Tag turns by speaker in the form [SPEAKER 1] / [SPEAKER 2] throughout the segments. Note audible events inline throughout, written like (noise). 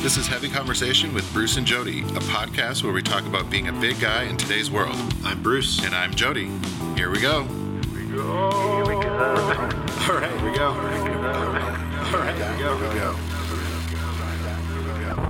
[SPEAKER 1] This is Heavy Conversation with Bruce and Jody, a podcast where we talk about being a big guy in today's world.
[SPEAKER 2] I'm Bruce.
[SPEAKER 1] And I'm Jody. Here we go.
[SPEAKER 2] All right, here we go. All right, here we go. Here we go.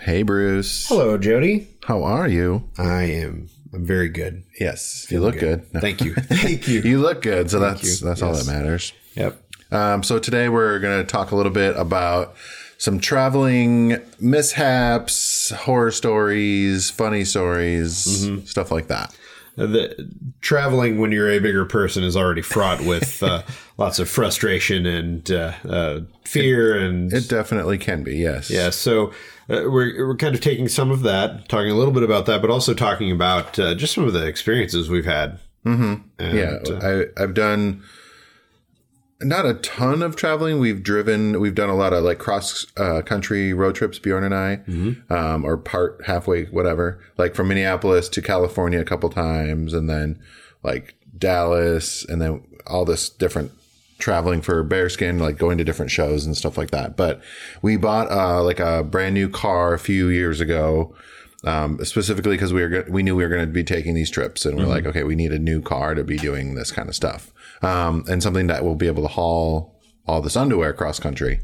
[SPEAKER 1] Hey, Bruce.
[SPEAKER 3] Hello, Jody.
[SPEAKER 1] How are you?
[SPEAKER 3] I am. I'm very good.
[SPEAKER 1] Yes. You look good. No.
[SPEAKER 3] Thank
[SPEAKER 2] (laughs)
[SPEAKER 3] you. Thank you.
[SPEAKER 1] You look good, so that's
[SPEAKER 3] you.
[SPEAKER 1] that's all that matters.
[SPEAKER 3] Yep.
[SPEAKER 1] Um, so today we're going to talk a little bit about some traveling mishaps, horror stories, funny stories, stuff like that.
[SPEAKER 2] Uh, The, traveling when you're a bigger person is already fraught with uh, (laughs) lots of frustration and uh, uh, fear and
[SPEAKER 1] It definitely can be, yes.
[SPEAKER 2] yeah. So uh, we're we're kind of taking some of that, talking a little bit about that, but also talking about uh, just some of the experiences we've had. Mm-hmm.
[SPEAKER 1] yeah I, i've done not a ton of traveling we've driven we've done a lot of like cross uh, country road trips bjorn and i um, or part halfway whatever like from minneapolis to california a couple times and then like dallas and then all this different traveling for bearskin like going to different shows and stuff like that but we bought uh, like a brand new car a few years ago um, specifically because we were go- we knew we were going to be taking these trips, and we're like, okay, we need a new car to be doing this kind of stuff, um, and something that will be able to haul all this underwear cross country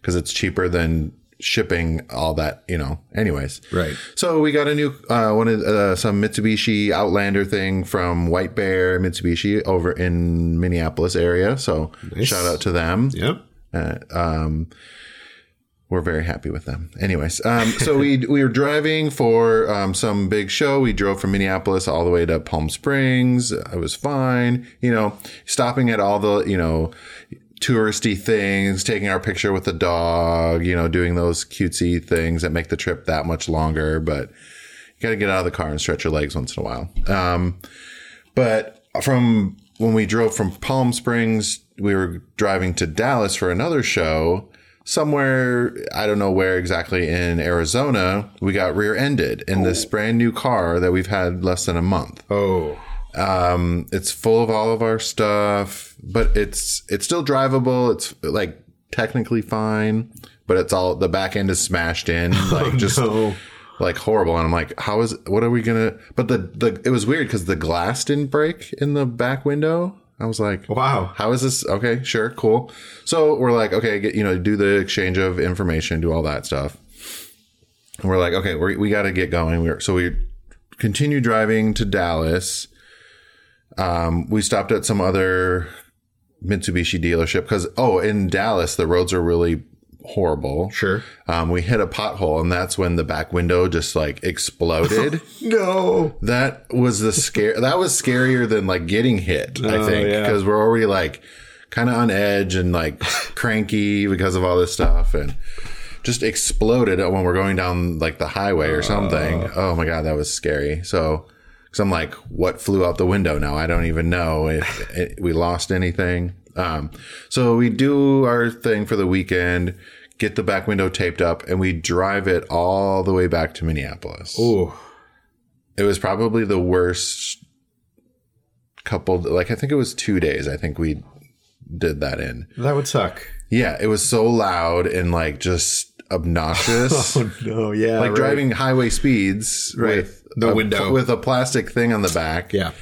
[SPEAKER 1] because it's cheaper than shipping all that, you know. Anyways,
[SPEAKER 2] Right.
[SPEAKER 1] So we got a new uh, one of uh, some Mitsubishi Outlander thing from White Bear Mitsubishi over in Minneapolis area. So shout out to them
[SPEAKER 2] Yep.
[SPEAKER 1] we're very happy with them. Anyways, um, so we (laughs) we were driving for um, some big show. We drove from Minneapolis all the way to Palm Springs. It was fine, you know, stopping at all the you know touristy things, taking our picture with the dog, you know, doing those cutesy things that make the trip that much longer. But you got to get out of the car and stretch your legs once in a while. Um, but from when we drove from Palm Springs, we were driving to Dallas for another show. Somewhere, I don't know where exactly in Arizona, we got rear ended in this brand new car that we've had less than a month.
[SPEAKER 2] Oh,
[SPEAKER 1] Um, it's full of all of our stuff, but it's it's still drivable. It's like technically fine, but it's all the back end is smashed in,
[SPEAKER 2] (laughs)
[SPEAKER 1] like just
[SPEAKER 2] no.
[SPEAKER 1] like horrible. And I'm like, how is what are we gonna? But the the it was weird because the glass didn't break in the back window. I was like,
[SPEAKER 2] wow.
[SPEAKER 1] how is this? Okay, sure, cool. So we're like, okay, get, you know, do the exchange of information, do all that stuff. And we're like, okay, we we got to get going. We're so we continue driving to Dallas. Um, we stopped at some other Mitsubishi dealership because oh, in Dallas the roads are really horrible.
[SPEAKER 2] Sure.
[SPEAKER 1] Um, we hit a pothole, and that's when the back window just like exploded.
[SPEAKER 2] No.
[SPEAKER 1] that was the scare. That was scarier than like getting hit. I
[SPEAKER 2] Oh,
[SPEAKER 1] think
[SPEAKER 2] yeah.
[SPEAKER 1] because we're already like kind of on edge and like cranky because of all this stuff, and just exploded when we're going down like the highway or something. oh my god, that was scary. So. Cause I'm like, what flew out the window now? I don't even know
[SPEAKER 2] (laughs)
[SPEAKER 1] if it, we lost anything. Um, so we do our thing for the weekend, get the back window taped up and we drive it all the way back to Minneapolis
[SPEAKER 2] Oh,
[SPEAKER 1] it was probably the worst couple like i think it was two days i think we did that in
[SPEAKER 2] that would suck.
[SPEAKER 1] yeah it was so loud and like just obnoxious
[SPEAKER 2] Oh no. (laughs) Yeah.
[SPEAKER 1] like
[SPEAKER 2] right.
[SPEAKER 1] driving highway speeds
[SPEAKER 2] Right.
[SPEAKER 1] with
[SPEAKER 2] The
[SPEAKER 1] a-
[SPEAKER 2] window.
[SPEAKER 1] with a plastic thing on the back
[SPEAKER 2] Yeah.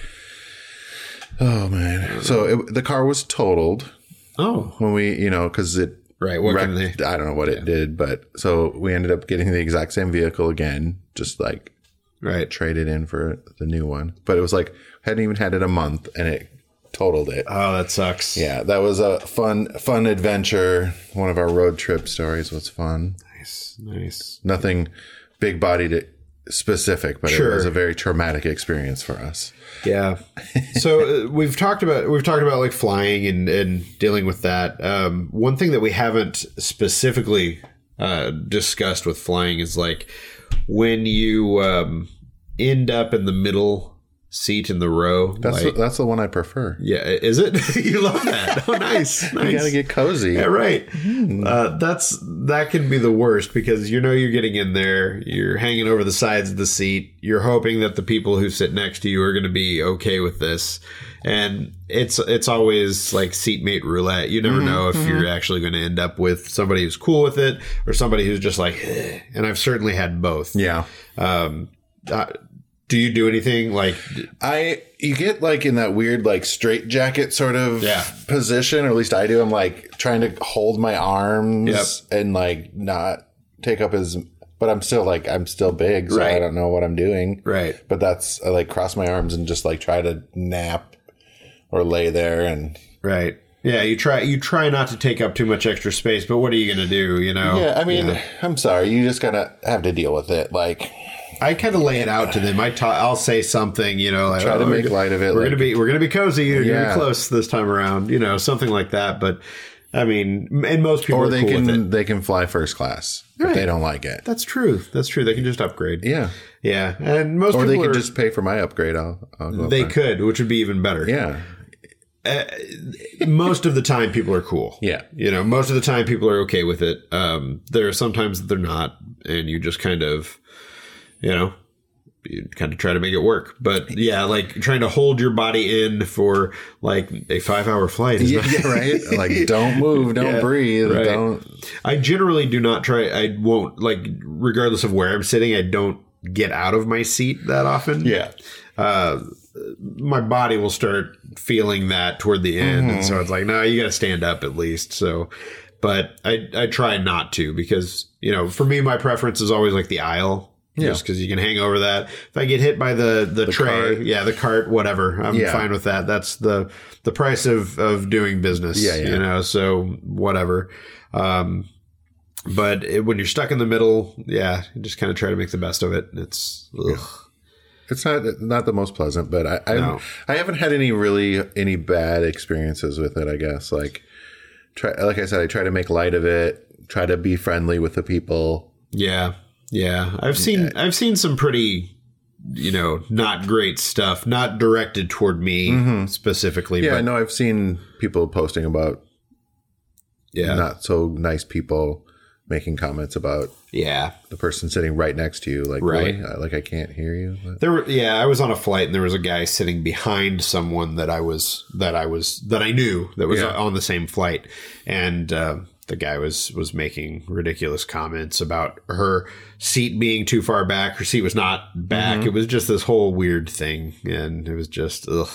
[SPEAKER 1] oh man so it, the car was totaled
[SPEAKER 2] Oh.
[SPEAKER 1] when we you know because it
[SPEAKER 2] Right. What can they?
[SPEAKER 1] wrecked, i don't know what it did but so we ended up getting the exact same vehicle again just like
[SPEAKER 2] Right.
[SPEAKER 1] traded in for the new one, but it was like hadn't even had it a month and it totaled it.
[SPEAKER 2] Oh, that sucks.
[SPEAKER 1] Yeah, that was a fun fun adventure. One of our road trip stories was fun.
[SPEAKER 2] Nice. Nice.
[SPEAKER 1] Nothing big bodied specific, but
[SPEAKER 2] Sure.
[SPEAKER 1] it was a very traumatic experience for us.
[SPEAKER 2] Yeah. (laughs) so uh, we've talked about we've talked about like flying and and dealing with that. Um, one thing that we haven't specifically uh, discussed with flying is like when you um, end up in the middle seat in the row.
[SPEAKER 1] That's
[SPEAKER 2] like,
[SPEAKER 1] the, that's the one I prefer.
[SPEAKER 2] yeah, is it? (laughs) you love that. Oh, (laughs) nice. nice.
[SPEAKER 1] You gotta get cozy.
[SPEAKER 2] Yeah, right.
[SPEAKER 1] Mm-hmm.
[SPEAKER 2] Uh, that's that can be the worst because you know you're getting in there, you're hanging over the sides of the seat, you're hoping that the people who sit next to you are going to be okay with this, and it's it's always like seatmate roulette. You
[SPEAKER 1] Mm-hmm,
[SPEAKER 2] never know if you're actually going to end up with somebody who's cool with it or somebody who's just like. "Eh." And I've certainly had both.
[SPEAKER 1] Yeah.
[SPEAKER 2] Uh, do you do anything like?
[SPEAKER 1] I you get like in that weird like straight jacket sort of
[SPEAKER 2] Yeah.
[SPEAKER 1] position, or at least I do. I'm like trying to hold my arms
[SPEAKER 2] Yep.
[SPEAKER 1] and like not take up as, but I'm still like I'm still big, so I
[SPEAKER 2] Right.
[SPEAKER 1] don't know what I'm doing.
[SPEAKER 2] Right.
[SPEAKER 1] But that's I like cross my arms and just like try to nap or lay there and
[SPEAKER 2] Right. Yeah, you try you try not to take up too much extra space, but what are you going to do, you know?
[SPEAKER 1] yeah. I mean, I'm sorry, you just gotta have to deal with it. Like
[SPEAKER 2] I kind of lay it out to them. I ta- I'll say something, you know, like,
[SPEAKER 1] try to
[SPEAKER 2] "Oh,
[SPEAKER 1] make light of it.
[SPEAKER 2] we're
[SPEAKER 1] like,
[SPEAKER 2] gonna be we're gonna be cozy. You're gonna
[SPEAKER 1] Yeah.
[SPEAKER 2] be close this time around, you know, something like that. But I mean, m- and most people
[SPEAKER 1] or
[SPEAKER 2] are
[SPEAKER 1] they
[SPEAKER 2] cool with it.
[SPEAKER 1] can they can fly first class if they don't like it.
[SPEAKER 2] That's true. That's true. They can just upgrade.
[SPEAKER 1] Yeah.
[SPEAKER 2] yeah. And most
[SPEAKER 1] Or
[SPEAKER 2] people
[SPEAKER 1] they can
[SPEAKER 2] are,
[SPEAKER 1] just pay for my upgrade. I'll, I'll go up
[SPEAKER 2] they
[SPEAKER 1] there.
[SPEAKER 2] could, which would be even better.
[SPEAKER 1] Yeah.
[SPEAKER 2] most of the time people are cool.
[SPEAKER 1] Yeah.
[SPEAKER 2] You know, most of the time people are okay with it. Um, there are sometimes that they're not, and you just kind of, you know, you kind of try to make it work. But yeah, like trying to hold your body in for like a five hour flight is
[SPEAKER 1] (laughs) Yeah,
[SPEAKER 2] not
[SPEAKER 1] yeah, right. (laughs) Like, don't move,
[SPEAKER 2] (laughs)
[SPEAKER 1] don't breathe,
[SPEAKER 2] right.
[SPEAKER 1] don't.
[SPEAKER 2] (laughs) I generally do not try. I won't like, regardless of where I'm sitting. I don't get out of my seat that often.
[SPEAKER 1] Yeah,
[SPEAKER 2] my body will start feeling that toward the end, and
[SPEAKER 1] Mm-hmm.
[SPEAKER 2] so it's like, no, you got to stand up at least. So, but I I try not to because you know, for me, my preference is always like the aisle. Just because you can hang over that. If I get hit by the the, tray,
[SPEAKER 1] cart.
[SPEAKER 2] yeah, the cart, whatever, I'm
[SPEAKER 1] Yeah.
[SPEAKER 2] fine with that. That's the the price of of doing business.
[SPEAKER 1] Yeah, yeah.
[SPEAKER 2] you know. So whatever. Um, but it, when you're stuck in the middle, yeah, you just kind of try to make the best of it. It's ugh.
[SPEAKER 1] it's not not the most pleasant, but I I,
[SPEAKER 2] No.
[SPEAKER 1] I haven't had any really any bad experiences with it. I guess like try like I said, I try to make light of it, try to be friendly with the people.
[SPEAKER 2] Yeah, yeah. I've seen I've seen some pretty, you know, not great stuff, not directed toward me specifically.
[SPEAKER 1] Mm-hmm. Yeah, I
[SPEAKER 2] but
[SPEAKER 1] know I've seen people posting about
[SPEAKER 2] yeah,
[SPEAKER 1] not so nice people making comments about
[SPEAKER 2] yeah.
[SPEAKER 1] the person sitting right next to you. Like,
[SPEAKER 2] Right.
[SPEAKER 1] really? I- Like I can't hear you. But-
[SPEAKER 2] There were yeah. I was on a flight and there was a guy sitting behind someone that I was that I was that I knew that was
[SPEAKER 1] Yeah.
[SPEAKER 2] on the same flight, and uh, the guy was was making ridiculous comments about her seat being too far back. Her seat was not back.
[SPEAKER 1] Mm-hmm.
[SPEAKER 2] It was just this whole weird thing, and it was just ugh.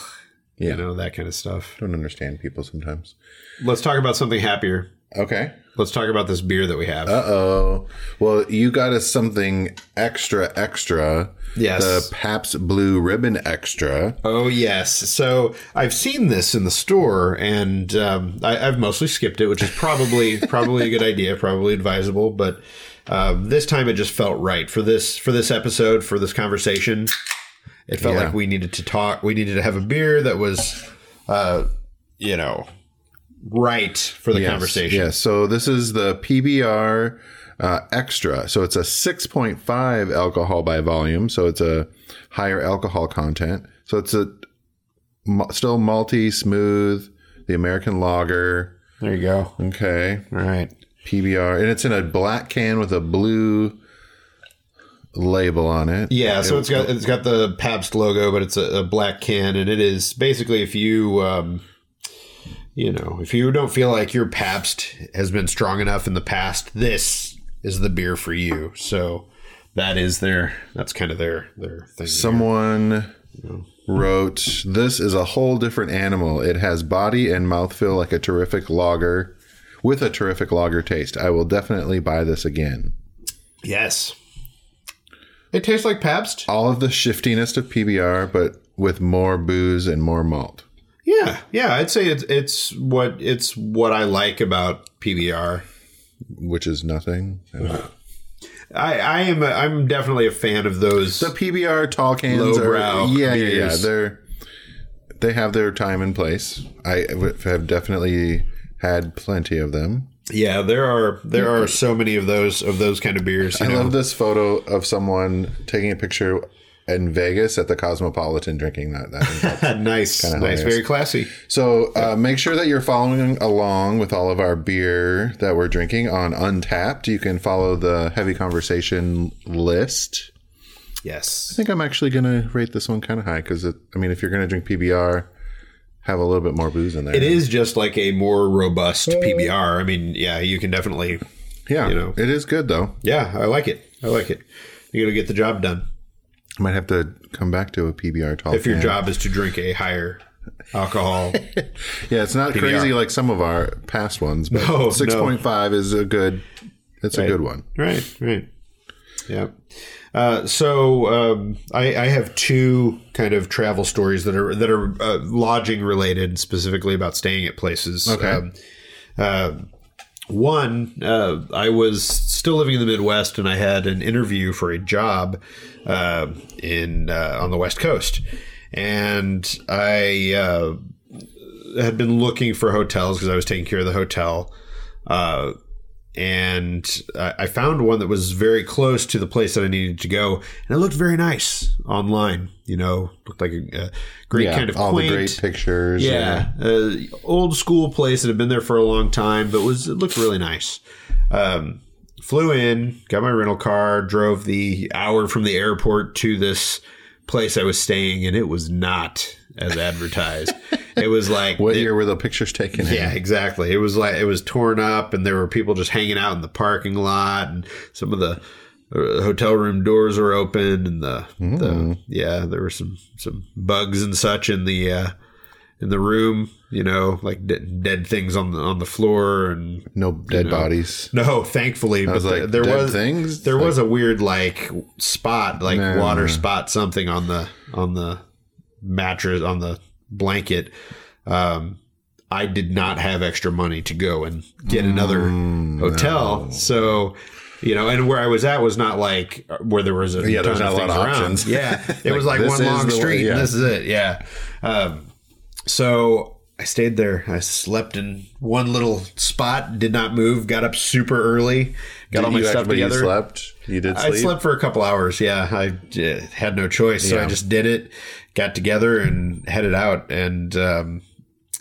[SPEAKER 1] Yeah.
[SPEAKER 2] You know that kind of stuff.
[SPEAKER 1] Don't understand people sometimes.
[SPEAKER 2] Let's talk about something happier.
[SPEAKER 1] Okay.
[SPEAKER 2] Let's talk about this beer that we have.
[SPEAKER 1] Uh oh. Well, you got us something extra, extra.
[SPEAKER 2] Yes.
[SPEAKER 1] The Pabst Blue Ribbon Extra.
[SPEAKER 2] oh yes. So I've seen this in the store, and um, I, I've mostly skipped it, which is probably (laughs) probably a good idea, probably advisable. But um, this time it just felt right for this for this episode for this conversation. It felt
[SPEAKER 1] Yeah.
[SPEAKER 2] like we needed to talk. We needed to have a beer that was, uh, you know, right for the conversation.
[SPEAKER 1] Yes. So this is the PBR uh, Extra. So it's a 6.5 alcohol by volume. So it's a higher alcohol content. So it's a mu- still malty, smooth, the American lager.
[SPEAKER 2] There you go. All
[SPEAKER 1] Okay.
[SPEAKER 2] right.
[SPEAKER 1] PBR. And it's in a black can with a blue label on it.
[SPEAKER 2] Yeah, so it's got it's got the Pabst logo, but it's a, a black can, and it is basically if you, um, you know, if you don't feel like your Pabst has been strong enough in the past, this is the beer for you. So that is their that's kind of their their thing.
[SPEAKER 1] Someone wrote, This is a whole different animal. It has body and mouthfeel like a terrific lager with a terrific lager taste. I will definitely buy this again.
[SPEAKER 2] yes, it tastes like Pabst.
[SPEAKER 1] All of the shiftiness of PBR, but with more booze and more malt.
[SPEAKER 2] Yeah, yeah, I'd say it's it's what it's what I like about PBR.
[SPEAKER 1] Which is
[SPEAKER 2] (sighs)
[SPEAKER 1] nothing.
[SPEAKER 2] I, I am a, I'm definitely a fan of those.
[SPEAKER 1] The PBR tall cans
[SPEAKER 2] Lowbrow
[SPEAKER 1] are yeah, yeah, yeah.
[SPEAKER 2] beers.
[SPEAKER 1] They're they have their time and place. I w- have definitely had plenty of them.
[SPEAKER 2] Yeah, there are there are so many of those of those kind of beers. You
[SPEAKER 1] I
[SPEAKER 2] know?
[SPEAKER 1] love this photo of someone taking a picture in Vegas at the Cosmopolitan drinking that.
[SPEAKER 2] (laughs)
[SPEAKER 1] that.
[SPEAKER 2] nice, nice, very classy.
[SPEAKER 1] so uh, make sure that you're following along with all of our beer that we're drinking on Untapped. You can follow the Heavy Conversation list. I
[SPEAKER 2] Yes.
[SPEAKER 1] think I'm actually going to rate this one kind of high because, I mean, if you're going to drink PBR, have a little bit more booze in there.
[SPEAKER 2] It is just like a more robust PBR. I mean, yeah, you can definitely.
[SPEAKER 1] yeah.
[SPEAKER 2] you know.
[SPEAKER 1] It is good though.
[SPEAKER 2] Yeah, I like it. I like it. You're gonna get the job done
[SPEAKER 1] I might have to come back to a PBR tall.
[SPEAKER 2] if your
[SPEAKER 1] can.
[SPEAKER 2] job is to drink a higher
[SPEAKER 1] (laughs)
[SPEAKER 2] alcohol.
[SPEAKER 1] yeah, it's not crazy like some of our past ones, but
[SPEAKER 2] No, no.
[SPEAKER 1] six point five is a good. It's a good one.
[SPEAKER 2] right. Right. Yeah. Uh, so um, I, I have two kind of travel stories that are that are uh, lodging related, specifically about staying at places.
[SPEAKER 1] Okay.
[SPEAKER 2] Um, One, uh, I was still living in the Midwest, and I had an interview for a job uh, in uh, on the West Coast, and I uh, had been looking for hotels because I was taking care of the hotel, uh, and I, I found one that was very close to the place that I needed to go, and it looked very nice online. You know, looked like a, a great
[SPEAKER 1] yeah,
[SPEAKER 2] kind of
[SPEAKER 1] all
[SPEAKER 2] quaint,
[SPEAKER 1] the great pictures.
[SPEAKER 2] yeah, uh, old school place that had been there for a long time, but was it looked really nice. Um, flew in, got my rental car, drove the hour from the airport to this place I was staying, and it was not as advertised. it was
[SPEAKER 1] (laughs)
[SPEAKER 2] like
[SPEAKER 1] What year were the pictures taken? in?
[SPEAKER 2] yeah, exactly. It was like it was torn up, and there were people just hanging out in the parking lot, and some of the uh, hotel room doors were open, and the, the yeah, there were some some bugs and such in the uh, in the room. You know, like de- dead things on the on the floor, and
[SPEAKER 1] no dead bodies.
[SPEAKER 2] no, thankfully, but
[SPEAKER 1] was
[SPEAKER 2] th-
[SPEAKER 1] like,
[SPEAKER 2] there
[SPEAKER 1] dead
[SPEAKER 2] was
[SPEAKER 1] things?
[SPEAKER 2] There was a weird like spot, like
[SPEAKER 1] No,
[SPEAKER 2] water
[SPEAKER 1] no.
[SPEAKER 2] spot, something on the on the mattress on the blanket. Um, I did not have extra money to go and get another
[SPEAKER 1] Mm,
[SPEAKER 2] hotel, so you know, and where I was at was not like uh, where there was a
[SPEAKER 1] Yeah,
[SPEAKER 2] ton
[SPEAKER 1] there's not a lot
[SPEAKER 2] things
[SPEAKER 1] of
[SPEAKER 2] around.
[SPEAKER 1] options. (laughs)
[SPEAKER 2] Yeah, it was like
[SPEAKER 1] this
[SPEAKER 2] one
[SPEAKER 1] is
[SPEAKER 2] long
[SPEAKER 1] the way-
[SPEAKER 2] street. and
[SPEAKER 1] yeah.
[SPEAKER 2] This is it. Yeah. Um, so I stayed there. I slept in one little spot, did not move, got up super early, got all my
[SPEAKER 1] you
[SPEAKER 2] stuff
[SPEAKER 1] actually-
[SPEAKER 2] together.
[SPEAKER 1] You slept. You did sleep.
[SPEAKER 2] I slept for a couple hours. Yeah, I uh, had no choice, so I just did it. Got together and headed out, and um,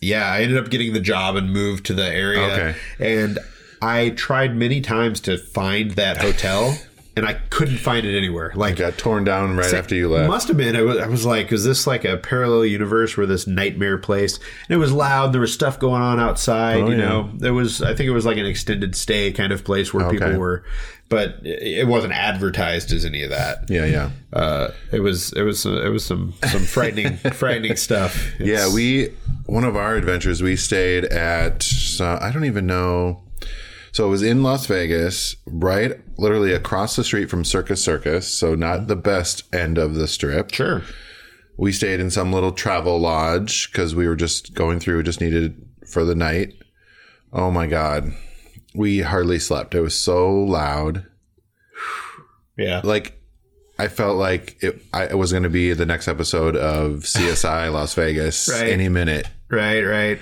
[SPEAKER 2] yeah, I ended up getting the job and moved to the area.
[SPEAKER 1] Okay.
[SPEAKER 2] And I tried many times to find that hotel, and I couldn't find it anywhere. Like
[SPEAKER 1] Got torn down right after you left.
[SPEAKER 2] must have been. I was, I was like, is this like a parallel universe where this nightmare place? And it was loud. There was stuff going on outside. you
[SPEAKER 1] Oh, yeah.
[SPEAKER 2] know, there was. I think it was like an extended stay kind of place where people were, but it it wasn't advertised as any of that.
[SPEAKER 1] Yeah, yeah.
[SPEAKER 2] Uh, it was. It was. It was some
[SPEAKER 1] (laughs)
[SPEAKER 2] some frightening frightening stuff.
[SPEAKER 1] Yeah, we one of our adventures we stayed at uh, I don't even know. So it was in Las Vegas, right literally across the street from Circus Circus, so not the best end of the strip.
[SPEAKER 2] sure.
[SPEAKER 1] We stayed in some little travel lodge cuz we were just going through just needed for the night. Oh my god. We hardly slept. It was so loud.
[SPEAKER 2] Yeah.
[SPEAKER 1] Like I felt like it, I, it was going to be the next episode of
[SPEAKER 2] (laughs)
[SPEAKER 1] CSI Las Vegas
[SPEAKER 2] Right.
[SPEAKER 1] any minute.
[SPEAKER 2] Right. Right.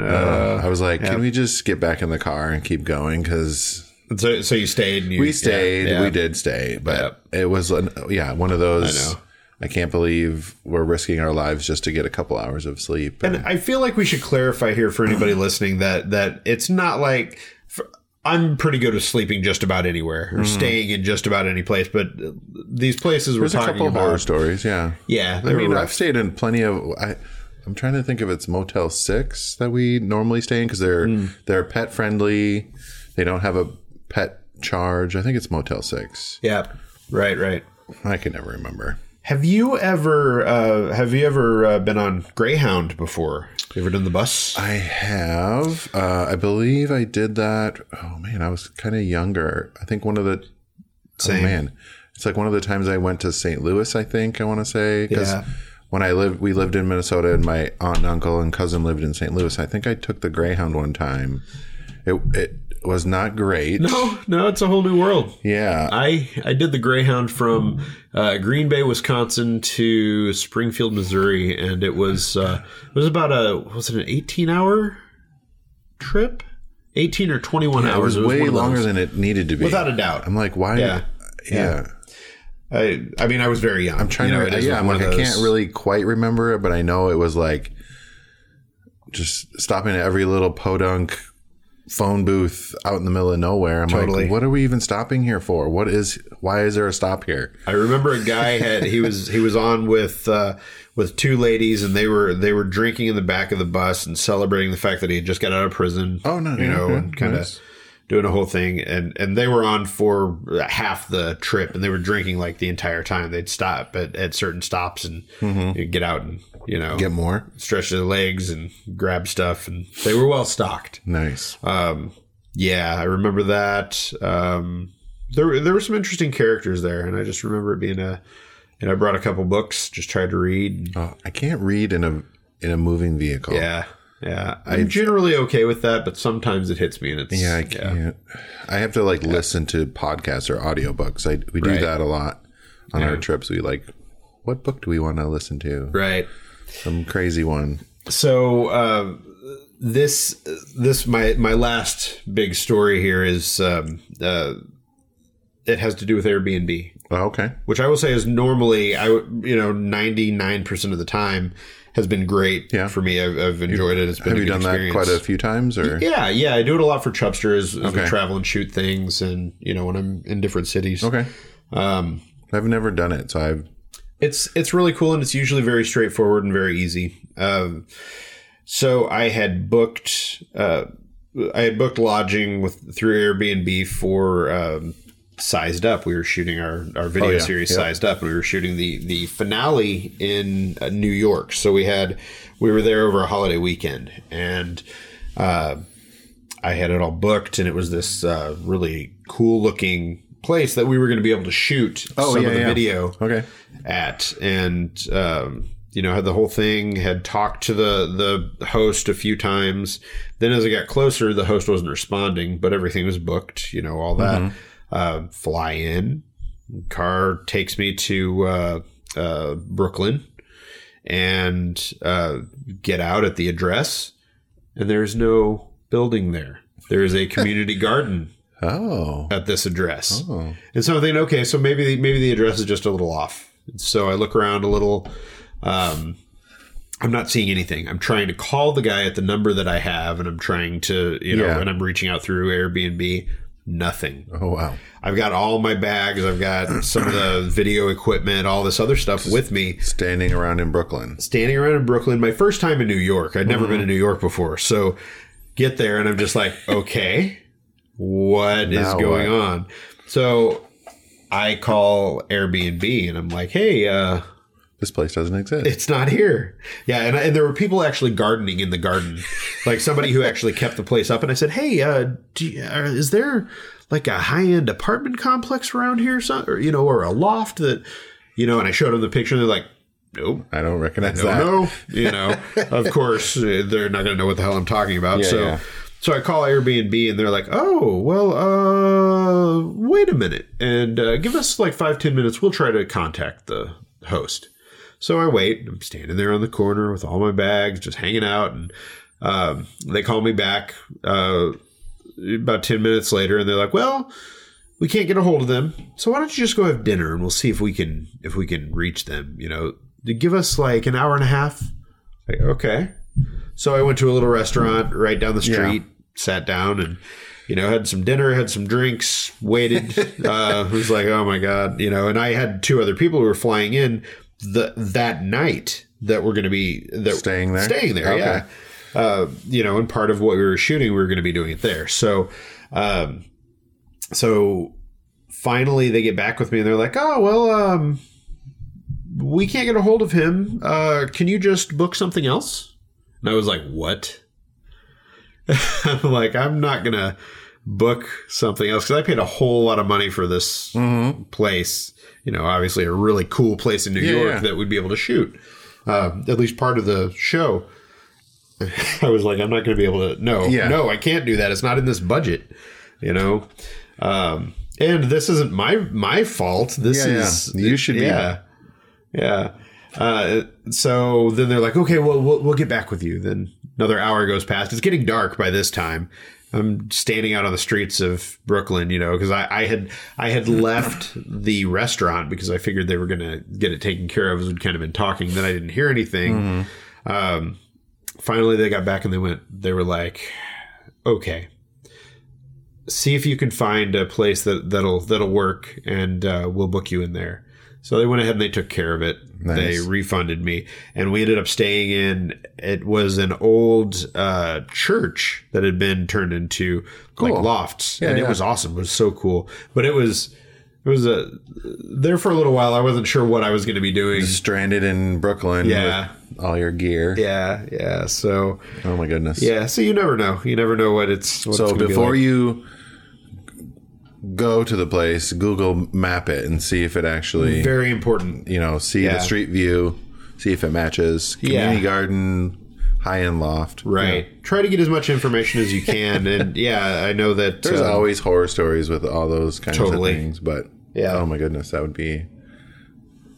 [SPEAKER 1] Uh, I was like, can we just get back in the car and keep going? Because
[SPEAKER 2] And So so you stayed. And you,
[SPEAKER 1] we stayed,
[SPEAKER 2] yeah.
[SPEAKER 1] we did stay, but it was, an, yeah, one of those. I,
[SPEAKER 2] know.
[SPEAKER 1] can't believe we're risking our lives just to get a couple hours of sleep.
[SPEAKER 2] And I feel like we should clarify here for anybody listening that that it's not like f I'm pretty good with sleeping just about anywhere or staying in just about any place, but uh, these places we're
[SPEAKER 1] There's a
[SPEAKER 2] talking
[SPEAKER 1] couple horror
[SPEAKER 2] about,
[SPEAKER 1] stories, yeah.
[SPEAKER 2] yeah, I
[SPEAKER 1] I
[SPEAKER 2] mean,
[SPEAKER 1] mean, uh, I've stayed in plenty of. I, I'm trying to think if it's Motel Six that we normally stay in because they're they're pet friendly. They don't have a pet charge. I think it's Motel Six.
[SPEAKER 2] yeah, right, right.
[SPEAKER 1] I can never remember.
[SPEAKER 2] Have you ever uh, have you ever uh, been on Greyhound before? You ever done the bus?
[SPEAKER 1] I have. Uh, I believe I did that. Oh man, I was kind of younger. I think one of the oh
[SPEAKER 2] Same.
[SPEAKER 1] man, it's like one of the times I went to St. Louis. I think I want to say because
[SPEAKER 2] Yeah.
[SPEAKER 1] when I lived, we lived in Minnesota, and my aunt and uncle and cousin lived in St. Louis. I think I took the Greyhound one time. It it was not great.
[SPEAKER 2] No, no, it's a whole new world.
[SPEAKER 1] Yeah,
[SPEAKER 2] I I did the Greyhound from uh, Green Bay, Wisconsin to Springfield, Missouri, and it was uh, it was about a was it an eighteen hour trip, eighteen or twenty one
[SPEAKER 1] it
[SPEAKER 2] hours.
[SPEAKER 1] was, way
[SPEAKER 2] one of
[SPEAKER 1] longer
[SPEAKER 2] those.
[SPEAKER 1] than it needed to be.
[SPEAKER 2] without a doubt.
[SPEAKER 1] I'm like, why?
[SPEAKER 2] Yeah.
[SPEAKER 1] yeah.
[SPEAKER 2] I I mean, I was very young. I'm
[SPEAKER 1] trying to, yeah, I'm like, I can't really quite remember it, but I know it was like just stopping at every little podunk phone booth out in the middle of nowhere. I'm
[SPEAKER 2] Totally.
[SPEAKER 1] like, what are we even stopping here for? What is? Why is there a stop here?
[SPEAKER 2] I remember a guy had he was he was on with uh, with two ladies and they were they were drinking in the back of the bus and celebrating the fact that he had just got out of prison.
[SPEAKER 1] Oh, no,
[SPEAKER 2] you know,
[SPEAKER 1] okay,
[SPEAKER 2] and kind of
[SPEAKER 1] nice.
[SPEAKER 2] doing a whole thing and and they were on for half the trip and they were drinking like the entire time. They'd stop at, at certain stops and
[SPEAKER 1] Mm-hmm.
[SPEAKER 2] you'd get out and you know
[SPEAKER 1] Get more
[SPEAKER 2] stretch their legs and grab stuff and they were well stocked.
[SPEAKER 1] nice.
[SPEAKER 2] Um, yeah, I remember that. Um, there were- there were some interesting characters there, and I just remember it being a. And I brought a couple books, just tried to read.
[SPEAKER 1] Oh, I can't read in a in a moving vehicle.
[SPEAKER 2] Yeah, yeah. I'm generally okay with that, but sometimes it hits me, and it's
[SPEAKER 1] Yeah, I can't. I have to like listen to podcasts or audiobooks. I we do
[SPEAKER 2] Right.
[SPEAKER 1] that a lot on our trips. We like, what book do we want to listen to?
[SPEAKER 2] right.
[SPEAKER 1] Some crazy one.
[SPEAKER 2] So uh, this this my my last big story here is um, uh, it has to do with Airbnb.
[SPEAKER 1] Oh, okay.
[SPEAKER 2] which I will say is normally I would- you know ninety nine percent of the time has been great
[SPEAKER 1] Yeah.
[SPEAKER 2] for me. I've, I've enjoyed it. It's been
[SPEAKER 1] Have
[SPEAKER 2] a
[SPEAKER 1] you
[SPEAKER 2] good
[SPEAKER 1] done
[SPEAKER 2] experience.
[SPEAKER 1] that quite a few times? Or
[SPEAKER 2] yeah, yeah, I do it a lot for Chubster as, as we
[SPEAKER 1] Okay.
[SPEAKER 2] travel and shoot things, and you know when I'm in different cities.
[SPEAKER 1] okay,
[SPEAKER 2] Um,
[SPEAKER 1] I've never done it, so I've
[SPEAKER 2] it's it's really cool and it's usually very straightforward and very easy. Um, so I had booked uh, I had booked lodging with through Airbnb for um, Sized Up. We were shooting our our video
[SPEAKER 1] Oh, yeah.
[SPEAKER 2] series
[SPEAKER 1] Yeah.
[SPEAKER 2] Sized Up, and we were shooting the the finale in uh, New York. So we had we were there over a holiday weekend and. Uh, I had it all booked, and it was this uh, really cool looking place that we were going to be able to shoot
[SPEAKER 1] Oh,
[SPEAKER 2] some
[SPEAKER 1] yeah,
[SPEAKER 2] of the
[SPEAKER 1] yeah.
[SPEAKER 2] video
[SPEAKER 1] okay.
[SPEAKER 2] at and um, you know had the whole thing had talked to the the host a few times then as it got closer the host wasn't responding but everything was booked you know all that uh, fly in car takes me to uh, uh, brooklyn and uh, get out at the address and there's no building there there is a community garden
[SPEAKER 1] Oh,
[SPEAKER 2] at this address
[SPEAKER 1] oh,
[SPEAKER 2] and so I'm thinking, okay, so maybe the, maybe the address is just a little off. So I look around a little. Um, I'm not seeing anything. I'm trying to call the guy at the number that I have, and I'm trying to, you know,
[SPEAKER 1] Yeah.
[SPEAKER 2] and I'm reaching out through Airbnb. Nothing.
[SPEAKER 1] oh, wow.
[SPEAKER 2] I've got all my bags. I've got some of the video equipment, all this other stuff with me.
[SPEAKER 1] Standing around in Brooklyn.
[SPEAKER 2] Standing around in Brooklyn, my first time in New York. I'd
[SPEAKER 1] Mm-hmm.
[SPEAKER 2] never been to New York before. So get there, and I'm
[SPEAKER 1] (laughs)
[SPEAKER 2] just like, okay, what is
[SPEAKER 1] Now
[SPEAKER 2] going
[SPEAKER 1] what?
[SPEAKER 2] on? So I call Airbnb and I'm like, hey, uh,
[SPEAKER 1] This place doesn't exist.
[SPEAKER 2] it's not here. Yeah, and, and there were people actually gardening in the garden, like somebody
[SPEAKER 1] (laughs)
[SPEAKER 2] who actually kept the place up. And I said, hey, uh, do you, uh, is there like a high end apartment complex around here, so, or you know, or a loft that, you know? And I showed them the picture. And they're like, nope.
[SPEAKER 1] I don't recognize
[SPEAKER 2] I
[SPEAKER 1] that.
[SPEAKER 2] don't know. You know,
[SPEAKER 1] (laughs)
[SPEAKER 2] of course, uh, they're not going to know what the hell I'm talking about. so,
[SPEAKER 1] yeah.
[SPEAKER 2] so I call Airbnb and they're like, "Oh, well, uh, wait a minute, and uh, give us like five ten minutes. We'll try to contact the host." So I wait. I'm standing there on the corner with all my bags, just hanging out, and um, they call me back uh, about ten minutes later, and they're like, "Well." We can't get a hold of them, so why don't you just go have dinner and we'll see if we can if we can reach them. You know, to give us like an hour and a half. Like, okay. So I went to a little restaurant right down the street, sat down, and you know had some dinner, had some drinks, waited. uh, it was like, oh my god, you know. And I had two other people who were flying in the that night that were going to be that
[SPEAKER 1] Staying there?
[SPEAKER 2] staying there,
[SPEAKER 1] Okay.
[SPEAKER 2] yeah. Uh, you know, and part of what we were shooting, we were going to be doing it there. So, um, so finally they get back with me and they're like, oh well, um, we can't get a hold of him. Uh, can you just book something else? And I was like, what? (laughs) I'm like, I'm not gonna book something else because I paid a whole lot of money for this
[SPEAKER 1] Mm-hmm.
[SPEAKER 2] place. You know, obviously a really cool place in New York
[SPEAKER 1] yeah.
[SPEAKER 2] that we'd be able to shoot uh, at least part of the show. (laughs) I was like, I'm not going to be able to. No,
[SPEAKER 1] Yeah.
[SPEAKER 2] no, I can't do that. It's not in this budget. You know, um, and this isn't my my fault. This
[SPEAKER 1] Yeah, yeah.
[SPEAKER 2] is
[SPEAKER 1] You should be-
[SPEAKER 2] yeah, yeah. Uh, so then they're like, okay, well, we'll we'll get back with you. Then another hour goes past. It's getting dark by this time. I'm standing out on the streets of Brooklyn, you know, because I, I had I had left the restaurant because I figured they were gonna get it taken care of. As we'd kind of been talking, then I didn't hear anything. Um, finally, they got back and they went. They were like, okay, see if you can find a place that that'll that'll work, and uh, we'll book you in there. So they went ahead and they took care of it. They
[SPEAKER 1] Nice.
[SPEAKER 2] refunded me, and we ended up staying in. It was an old uh, church that had been turned into like
[SPEAKER 1] Cool.
[SPEAKER 2] lofts,
[SPEAKER 1] Yeah,
[SPEAKER 2] and it
[SPEAKER 1] yeah.
[SPEAKER 2] was awesome. It was so cool, but it was it was a there for a little while. I wasn't sure what I was going to be doing.
[SPEAKER 1] Stranded in Brooklyn
[SPEAKER 2] Yeah.
[SPEAKER 1] with all your gear.
[SPEAKER 2] Yeah, yeah. So
[SPEAKER 1] Oh my goodness.
[SPEAKER 2] yeah, so you never know. You never know what it's. What it's
[SPEAKER 1] So
[SPEAKER 2] gonna be
[SPEAKER 1] before
[SPEAKER 2] like.
[SPEAKER 1] you go to the place, Google map it and see if it actually,
[SPEAKER 2] very important.
[SPEAKER 1] you know, see
[SPEAKER 2] Yeah.
[SPEAKER 1] the street view, see if it matches. Community
[SPEAKER 2] Yeah.
[SPEAKER 1] garden, high end loft.
[SPEAKER 2] Right. Try to get as much information as you can, (laughs) and yeah, I know that.
[SPEAKER 1] There's
[SPEAKER 2] uh,
[SPEAKER 1] always horror stories with all those kinds
[SPEAKER 2] Totally.
[SPEAKER 1] of things, but
[SPEAKER 2] Yeah.
[SPEAKER 1] oh my goodness, that would be.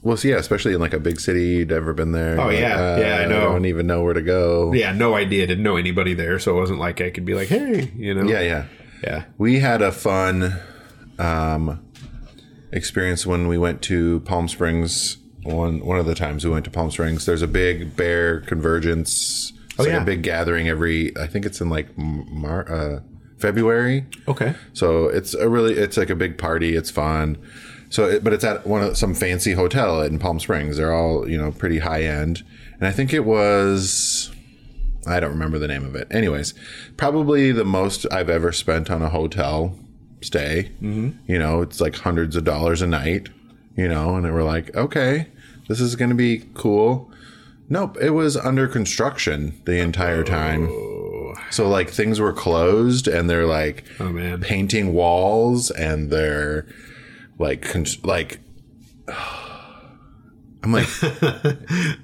[SPEAKER 1] Well, so yeah, especially in like a big city, you'd never been there. Oh
[SPEAKER 2] yeah. Yeah, I know.
[SPEAKER 1] don't even know where to go.
[SPEAKER 2] yeah, no idea. Didn't know anybody there, so it wasn't like I could be like, hey, you know.
[SPEAKER 1] yeah, yeah.
[SPEAKER 2] yeah.
[SPEAKER 1] We had a fun um, experience when we went to Palm Springs. One one of the times we went to Palm Springs, there's a big bear convergence. It's like
[SPEAKER 2] Oh, yeah.
[SPEAKER 1] a big gathering every. I think it's in like M- Mar- uh, February.
[SPEAKER 2] Okay.
[SPEAKER 1] So it's a really it's like a big party. It's fun. So, it, but it's at one of some fancy hotel in Palm Springs. They're all you know pretty high end, and I think it was. I don't remember the name of it. Anyways, probably the most I've ever spent on a hotel stay. You know, it's like hundreds of dollars a night. You know, and we're like, okay, this is going to be cool. Nope, it was under construction the entire time. So like things were closed, and they're like,
[SPEAKER 2] Oh man.
[SPEAKER 1] painting walls and they're like con- like (sighs) I'm like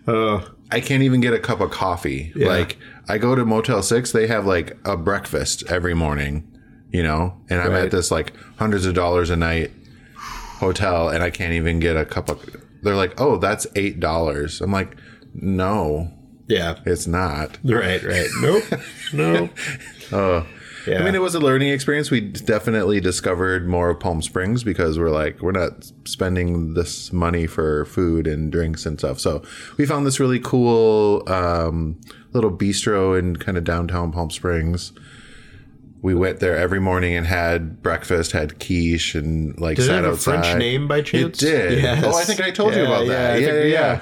[SPEAKER 2] Oh
[SPEAKER 1] I can't even get a cup of coffee. Like I go to Motel 6, they have like a breakfast every morning, you know, and I'm
[SPEAKER 2] Right.
[SPEAKER 1] at this like hundreds of dollars a night hotel and I can't even get a cup of They're like, "Oh, that's $8." I'm like, "No,
[SPEAKER 2] yeah.
[SPEAKER 1] it's not."
[SPEAKER 2] Right. Right. (laughs) Nope. no.
[SPEAKER 1] Oh.
[SPEAKER 2] Yeah.
[SPEAKER 1] I mean, it was a learning experience. We definitely discovered more of Palm Springs because we're like, we're not spending this money for food and drinks and stuff. So we found this really cool um, little bistro in kind of downtown Palm Springs. We went there every morning and had breakfast, had quiche, and like
[SPEAKER 2] Did it
[SPEAKER 1] sat
[SPEAKER 2] have a
[SPEAKER 1] outside.
[SPEAKER 2] French name by chance?
[SPEAKER 1] It did.
[SPEAKER 2] Yes.
[SPEAKER 1] Oh, I think I told you
[SPEAKER 2] Yeah,
[SPEAKER 1] about that.
[SPEAKER 2] I
[SPEAKER 1] Yeah, yeah,
[SPEAKER 2] think-
[SPEAKER 1] yeah.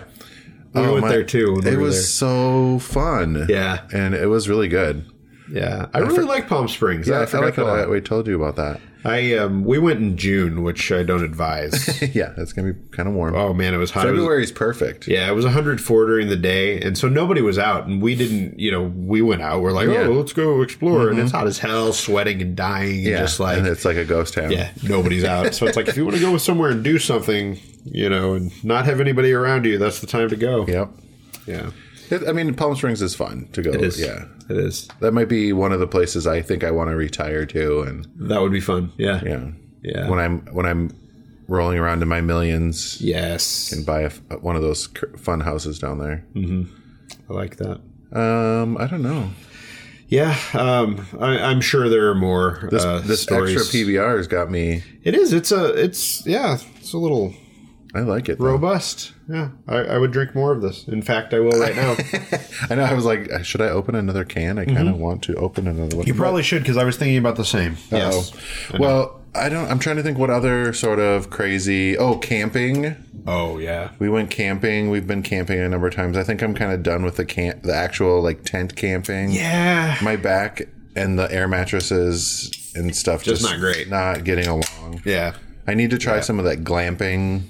[SPEAKER 2] We
[SPEAKER 1] Oh,
[SPEAKER 2] went
[SPEAKER 1] my-
[SPEAKER 2] there too. When
[SPEAKER 1] It
[SPEAKER 2] we were
[SPEAKER 1] was
[SPEAKER 2] there.
[SPEAKER 1] so fun.
[SPEAKER 2] Yeah.
[SPEAKER 1] and it was really good.
[SPEAKER 2] Yeah, I really like Palm Springs.
[SPEAKER 1] Yeah,
[SPEAKER 2] I
[SPEAKER 1] I feel like
[SPEAKER 2] forgot that.
[SPEAKER 1] we told you about that.
[SPEAKER 2] I um, we went in June, which I don't advise.
[SPEAKER 1] Yeah, it's gonna be kind of warm.
[SPEAKER 2] oh man, it was hot. It was-
[SPEAKER 1] February's perfect.
[SPEAKER 2] yeah, it was 104 during the day, and so nobody was out, and we didn't. You know, we went out. We're like,
[SPEAKER 1] Yeah. Mm-hmm.
[SPEAKER 2] oh, let's go explore, and it's hot as hell, sweating and dying, and just like
[SPEAKER 1] and it's like a ghost town.
[SPEAKER 2] yeah, nobody's out. so it's like if you want to go somewhere and do something, you know, and not have anybody around you, that's the time to go.
[SPEAKER 1] Yep.
[SPEAKER 2] yeah,
[SPEAKER 1] It, I mean, Palm Springs is fun to go.
[SPEAKER 2] it is.
[SPEAKER 1] Yeah.
[SPEAKER 2] it is.
[SPEAKER 1] That might be one of the places I think I want to retire to, and
[SPEAKER 2] That would be fun. Yeah,
[SPEAKER 1] yeah,
[SPEAKER 2] Yeah.
[SPEAKER 1] When I'm when I'm rolling around in my millions,
[SPEAKER 2] yes,
[SPEAKER 1] buy a f one of those cr- fun houses down there.
[SPEAKER 2] I like that.
[SPEAKER 1] Um, I don't know.
[SPEAKER 2] Yeah, um, I, I'm sure there are more
[SPEAKER 1] This,
[SPEAKER 2] uh,
[SPEAKER 1] this
[SPEAKER 2] stories.
[SPEAKER 1] extra PBR has got me.
[SPEAKER 2] It is. It's a. It's yeah. It's a little
[SPEAKER 1] I like it. though.
[SPEAKER 2] robust. Yeah, I, I would drink more of this. In fact, I will right now.
[SPEAKER 1] I know. I was like, "Uh, should I open another can? I kind of want to open another one.
[SPEAKER 2] (laughs) Mm-hmm. you probably should because I was thinking about the same. Yes.
[SPEAKER 1] Oh, well, I don't. I'm trying to think what other sort of crazy. Oh, camping.
[SPEAKER 2] Oh yeah.
[SPEAKER 1] We went camping. We've been camping a number of times. I think I'm kind of done with the camp, the actual like tent camping.
[SPEAKER 2] Yeah.
[SPEAKER 1] My back and the air mattresses and stuff
[SPEAKER 2] Just not great.
[SPEAKER 1] Not getting along.
[SPEAKER 2] Yeah. Oh,
[SPEAKER 1] I need to try some of that glamping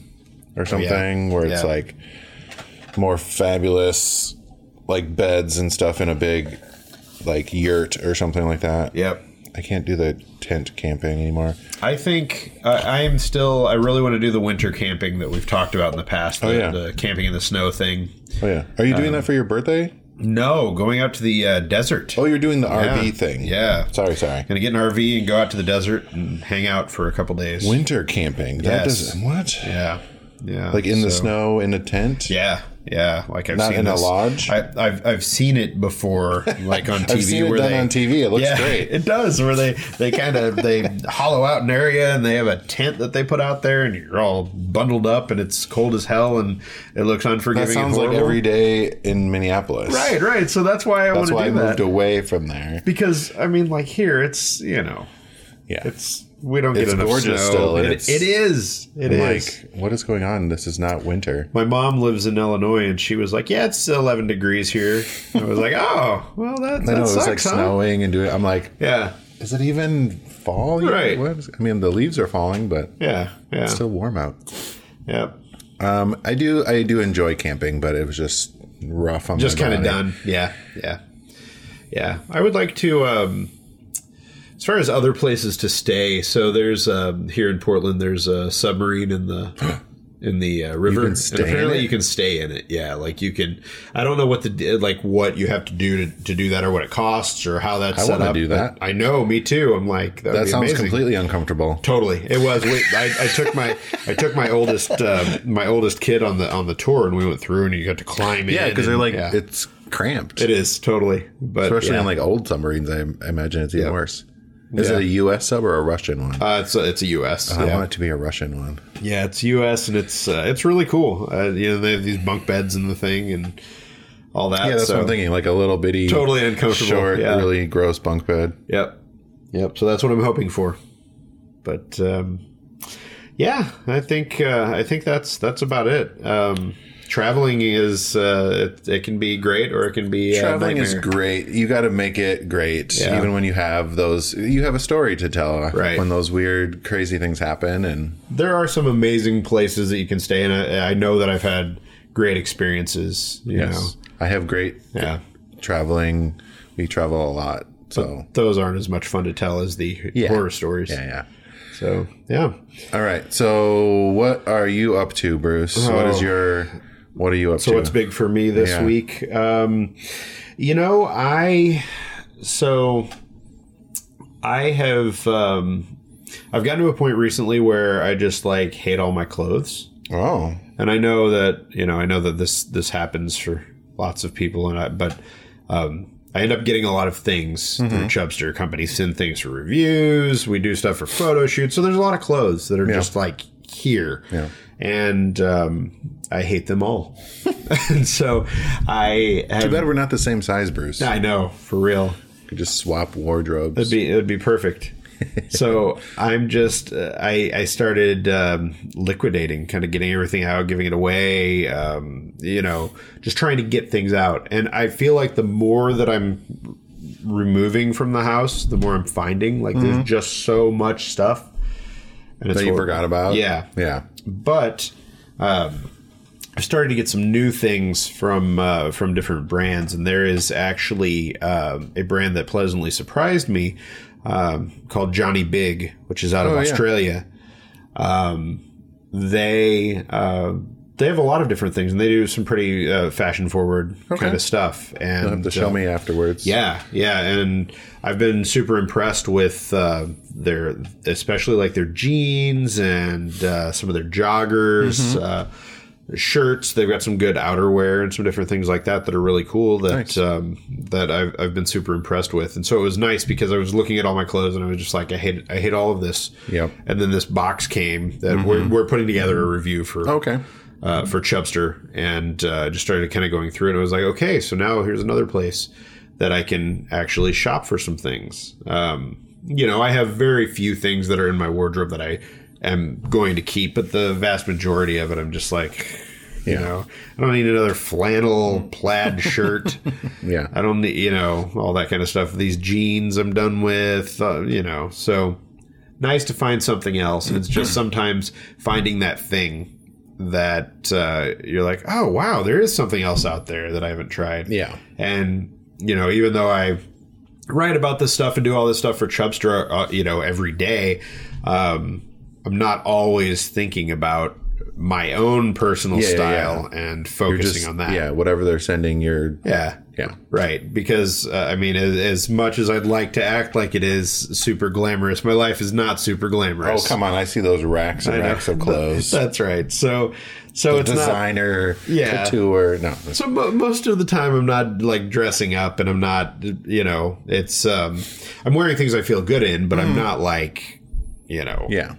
[SPEAKER 1] or something where it's
[SPEAKER 2] Yeah.
[SPEAKER 1] like more fabulous, like beds and stuff in a big like yurt or something like that.
[SPEAKER 2] Yep.
[SPEAKER 1] I can't do the tent camping anymore.
[SPEAKER 2] I think uh, I am still. I really want to do the winter camping that we've talked about in the past. The,
[SPEAKER 1] yeah.
[SPEAKER 2] the camping in the snow thing.
[SPEAKER 1] Oh yeah, are you doing
[SPEAKER 2] Um,
[SPEAKER 1] that for your birthday?
[SPEAKER 2] No, going out to the uh, desert.
[SPEAKER 1] Oh, you're doing the RV thing.
[SPEAKER 2] Yeah.
[SPEAKER 1] Sorry, sorry.
[SPEAKER 2] Gonna get an RV and go out to the desert and hang out for a couple days.
[SPEAKER 1] Winter camping. That
[SPEAKER 2] Yes.
[SPEAKER 1] doesn't what?
[SPEAKER 2] Yeah. Yeah.
[SPEAKER 1] Like in the
[SPEAKER 2] so-
[SPEAKER 1] snow in a tent.
[SPEAKER 2] Yeah, yeah. Like I've
[SPEAKER 1] Not
[SPEAKER 2] seen
[SPEAKER 1] in a
[SPEAKER 2] this-
[SPEAKER 1] lodge?
[SPEAKER 2] I, I've I've seen it before, like on
[SPEAKER 1] (laughs)
[SPEAKER 2] TV.
[SPEAKER 1] I've seen it
[SPEAKER 2] where
[SPEAKER 1] done
[SPEAKER 2] they,
[SPEAKER 1] on TV. It looks
[SPEAKER 2] yeah, (laughs)
[SPEAKER 1] great.
[SPEAKER 2] it does. Where they they kind of they hollow out an area and they have a tent that they put out there, and you're all bundled up, and it's cold as hell, and it looks unforgiving.
[SPEAKER 1] That sounds
[SPEAKER 2] and
[SPEAKER 1] like
[SPEAKER 2] horrible.
[SPEAKER 1] every day in Minneapolis.
[SPEAKER 2] right, right. So that's why I
[SPEAKER 1] That's
[SPEAKER 2] want
[SPEAKER 1] why
[SPEAKER 2] to
[SPEAKER 1] I
[SPEAKER 2] do that
[SPEAKER 1] moved away from there.
[SPEAKER 2] because I mean, like here, it's you know.
[SPEAKER 4] Yeah.
[SPEAKER 2] It's we don't
[SPEAKER 1] It's
[SPEAKER 2] get enough
[SPEAKER 1] gorgeous
[SPEAKER 2] snow.
[SPEAKER 1] still, and
[SPEAKER 2] It-
[SPEAKER 1] it's-
[SPEAKER 2] it is.
[SPEAKER 1] I'm
[SPEAKER 2] It is.
[SPEAKER 1] like, what is going on? This is not winter.
[SPEAKER 2] My mom lives in Illinois, and she was like, "Yeah, it's 11 degrees here." I was like, "Oh, well, that,
[SPEAKER 1] I
[SPEAKER 2] that
[SPEAKER 1] know it was
[SPEAKER 2] sucks,
[SPEAKER 1] like
[SPEAKER 2] huh?"
[SPEAKER 1] snowing and doing. I'm like,
[SPEAKER 2] Yeah,
[SPEAKER 1] is it even fall? yet?
[SPEAKER 2] Right.
[SPEAKER 1] What is- I mean, the leaves are falling, but
[SPEAKER 2] yeah, yeah,
[SPEAKER 1] it's still warm out.
[SPEAKER 2] yep.
[SPEAKER 1] Um, I do, I do enjoy camping, but it was just rough on
[SPEAKER 2] Just
[SPEAKER 1] my
[SPEAKER 2] kind of
[SPEAKER 1] body.
[SPEAKER 2] done. Yeah, yeah, yeah. I would like to. Um, as far as other places to stay, so there's um, here in Portland, there's a submarine
[SPEAKER 1] (gasps)
[SPEAKER 2] in the in the uh, river.
[SPEAKER 1] can
[SPEAKER 2] and
[SPEAKER 1] stay in
[SPEAKER 2] apparently,
[SPEAKER 1] it?
[SPEAKER 2] you can stay in it. Yeah, like you can. I don't know what the like what you have to do to, to do that, or what it costs, or how that's
[SPEAKER 1] I
[SPEAKER 2] set
[SPEAKER 1] wanna
[SPEAKER 2] up.
[SPEAKER 1] do
[SPEAKER 2] but
[SPEAKER 1] that.
[SPEAKER 2] I know, me too. I'm like that, would
[SPEAKER 1] That
[SPEAKER 2] be
[SPEAKER 1] sounds
[SPEAKER 2] amazing.
[SPEAKER 1] completely uncomfortable.
[SPEAKER 2] Totally, it was. We, I, I took my I took my oldest uh, my oldest kid on the on the tour, and we went through, and you got to climb.
[SPEAKER 1] Yeah,
[SPEAKER 2] in
[SPEAKER 1] because they're
[SPEAKER 2] and-
[SPEAKER 1] like,
[SPEAKER 2] yeah.
[SPEAKER 1] it's cramped.
[SPEAKER 2] It is totally, but
[SPEAKER 1] Especially
[SPEAKER 2] yeah.
[SPEAKER 1] on like old submarines, I I imagine it's even
[SPEAKER 2] Yeah.
[SPEAKER 1] worse. Is
[SPEAKER 2] Yeah.
[SPEAKER 1] it a U.S. sub or a Russian one?
[SPEAKER 2] uh, it's a, it's a U.S.
[SPEAKER 1] I
[SPEAKER 2] yeah.
[SPEAKER 1] want it to be a Russian one.
[SPEAKER 2] yeah, it's U.S. and it's uh, it's really cool. Uh, you know, they have these bunk beds and the thing and all that.
[SPEAKER 1] Yeah, that's
[SPEAKER 2] so.
[SPEAKER 1] what I'm thinking. Like a little bitty,
[SPEAKER 2] Totally uncomfortable,
[SPEAKER 1] short,
[SPEAKER 2] yeah.
[SPEAKER 1] really gross bunk bed.
[SPEAKER 2] Yep, yep. So that's what I'm hoping for. But um, yeah, I think uh, I think that's that's about it. Um, traveling is uh, it, it can be great or it can be
[SPEAKER 1] Traveling
[SPEAKER 2] uh,
[SPEAKER 1] is
[SPEAKER 2] nightmare.
[SPEAKER 1] great. You got to make it great,
[SPEAKER 2] Yeah.
[SPEAKER 1] even when you have those. You have a story to tell
[SPEAKER 2] Right.
[SPEAKER 1] when those weird, crazy things happen, and
[SPEAKER 2] there are some amazing places that you can stay in. I, I know that I've had great experiences. You
[SPEAKER 1] yes, I have great
[SPEAKER 2] know, yeah.
[SPEAKER 1] traveling. We travel a lot, so
[SPEAKER 2] those aren't as much fun to tell as the
[SPEAKER 1] Yeah.
[SPEAKER 2] horror stories.
[SPEAKER 1] yeah, yeah.
[SPEAKER 2] So yeah,
[SPEAKER 1] All right. So, what are you up to, Bruce? What is
[SPEAKER 2] Oh.
[SPEAKER 1] your what are you up
[SPEAKER 2] so
[SPEAKER 1] to?
[SPEAKER 2] what's big for me this
[SPEAKER 1] Yeah.
[SPEAKER 2] week? Um, you know, I so I have um, I've gotten to a point recently where I just like hate all my clothes.
[SPEAKER 1] oh,
[SPEAKER 2] and I know that you know I know that this this happens for lots of people, and I, but um, I end up getting a lot of things
[SPEAKER 1] Mm-hmm.
[SPEAKER 2] through Chubster. Companies send things for reviews. We do stuff for photo shoots. So there's a lot of clothes that are just like here,
[SPEAKER 1] Yeah.
[SPEAKER 2] and um, I hate them all. (laughs) and so I
[SPEAKER 1] too
[SPEAKER 2] have,
[SPEAKER 1] bad we're not the same size, Bruce.
[SPEAKER 2] I know for real.
[SPEAKER 1] We could just swap wardrobes.
[SPEAKER 2] It'd be it'd be
[SPEAKER 1] (laughs)
[SPEAKER 2] perfect. so I'm just uh, I I started um, liquidating, kind of getting everything out, giving it away. Um, you know, just trying to get things out. And I feel like the more that I'm removing from the house, the more I'm finding. Like there's just so much stuff. And
[SPEAKER 1] Mm-hmm.
[SPEAKER 2] it's
[SPEAKER 1] that you
[SPEAKER 2] hor-
[SPEAKER 1] forgot about.
[SPEAKER 2] Yeah,
[SPEAKER 1] yeah.
[SPEAKER 2] but um, I started to get some new things from uh, from different brands, and there is actually um, a brand that pleasantly surprised me um, called Johnny Big, which is out of
[SPEAKER 1] Oh, yeah.
[SPEAKER 2] Australia. Um, they uh, they have a lot of different things, and they do some pretty uh, fashion forward kind of stuff. And
[SPEAKER 1] Have to show
[SPEAKER 2] uh,
[SPEAKER 1] me afterwards.
[SPEAKER 2] yeah, yeah, and I've been super impressed with uh, their, especially like their jeans and uh, some of their joggers, uh, shirts. They've got some good outerwear and some different things like that that are really cool. That um, that I've, I've been super impressed with, and so it was nice because I was looking at all my clothes and I was just like, I hate I hate all of this.
[SPEAKER 1] Yep.
[SPEAKER 2] And then this box came that we're, we're putting together a review for
[SPEAKER 1] Okay.
[SPEAKER 2] uh, for Chubster and uh, just started kind of going through it. And I was like, okay, so now here's another place that I can actually shop for some things. Um, you know, I have very few things that are in my wardrobe that I am going to keep, but the vast majority of it, I'm just like, you know, I don't need another flannel plaid shirt.
[SPEAKER 1] Yeah.
[SPEAKER 2] I don't need, you know, all that kind of stuff. These jeans I'm done with, uh, you know. So nice to find something else. And it's just
[SPEAKER 1] Mm-hmm.
[SPEAKER 2] sometimes finding that thing that uh, you're like, oh, wow, there is something else out there that I haven't tried.
[SPEAKER 1] Yeah.
[SPEAKER 2] And, you know, even though I write about this stuff and do all this stuff for Chubster, uh, you know, every day, um, I'm not always thinking about my own personal
[SPEAKER 1] Yeah, yeah,
[SPEAKER 2] style and focusing
[SPEAKER 1] Just-
[SPEAKER 2] on that.
[SPEAKER 1] Yeah. Whatever they're sending, you're.
[SPEAKER 2] Yeah.
[SPEAKER 1] Yeah.
[SPEAKER 2] Right, because uh, I mean, as, as much as I'd like to act like it is super glamorous, my life is not super
[SPEAKER 1] Oh
[SPEAKER 2] glamorous.
[SPEAKER 1] come on! I see those racks and
[SPEAKER 2] I know.
[SPEAKER 1] racks (laughs) of clothes.
[SPEAKER 2] That's right. So, so it's not.
[SPEAKER 1] Designer,
[SPEAKER 2] Yeah.
[SPEAKER 1] couture. No,
[SPEAKER 2] So mo most of the time, I'm not like dressing up, and I'm not, you know, it's um, I'm wearing things I feel good in, but I'm not like, you know,
[SPEAKER 1] Mm-hmm. yeah.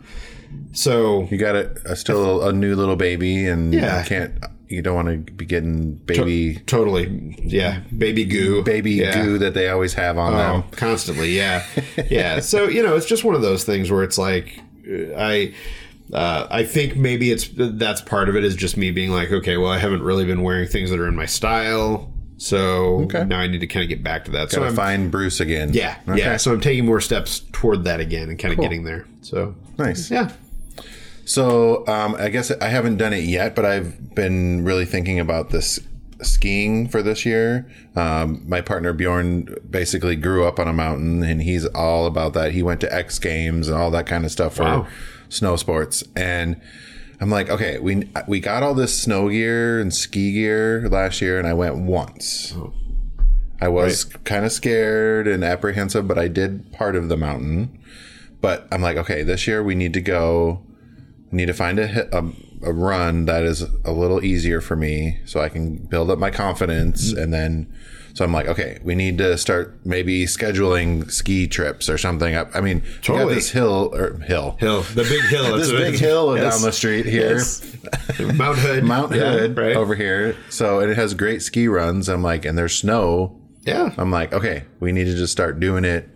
[SPEAKER 2] So
[SPEAKER 1] You got a, a still a new little baby, and
[SPEAKER 2] Yeah.
[SPEAKER 1] you can't you don't want to be getting baby
[SPEAKER 2] Totally. Yeah. Baby goo.
[SPEAKER 1] baby
[SPEAKER 2] Yeah.
[SPEAKER 1] goo that they always have on them.
[SPEAKER 2] Oh, constantly, yeah, yeah. So you know, it's just one of those things where it's like, uh, I, uh, I think maybe it's that's part of it is just me being like, okay, well, I haven't really been wearing things that are in my style, so now I need to kind of get back to that. So
[SPEAKER 1] Gotta
[SPEAKER 2] I'm,
[SPEAKER 1] find Bruce again.
[SPEAKER 2] Oh. yeah,
[SPEAKER 1] Okay.
[SPEAKER 2] yeah. So I'm taking more steps toward that again and kind of getting there. So
[SPEAKER 1] Nice.
[SPEAKER 2] yeah,
[SPEAKER 1] So um, I guess I haven't done it yet, but I've been really thinking about this skiing for this year. Um, my partner Bjorn basically grew up on a mountain, and he's all about that. He went to X Games and all that kind of stuff for
[SPEAKER 2] Wow.
[SPEAKER 1] snow sports, and I'm like, okay, we we got all this snow gear and ski gear last year, and I went once. I was kind of scared and apprehensive, but I did part of the mountain. But I'm like, okay, this year we need to go need to find a, hi- a a run that is a little easier for me so I can build up my confidence
[SPEAKER 2] Mm.
[SPEAKER 1] and then so I'm like okay we need to start maybe scheduling ski trips or something I, I mean we got
[SPEAKER 2] Totally.
[SPEAKER 1] this hill or hill
[SPEAKER 2] hill, the big
[SPEAKER 1] (laughs)
[SPEAKER 2] hill,
[SPEAKER 1] this
[SPEAKER 2] It's a-
[SPEAKER 1] big hill
[SPEAKER 2] (laughs) Yes.
[SPEAKER 1] down the street here
[SPEAKER 2] Mount Hood,
[SPEAKER 1] Mount
[SPEAKER 2] Yeah,
[SPEAKER 1] Hood
[SPEAKER 2] right?
[SPEAKER 1] over here so and it has great ski runs I'm like and there's snow
[SPEAKER 2] yeah,
[SPEAKER 1] I'm like okay we need to just start doing it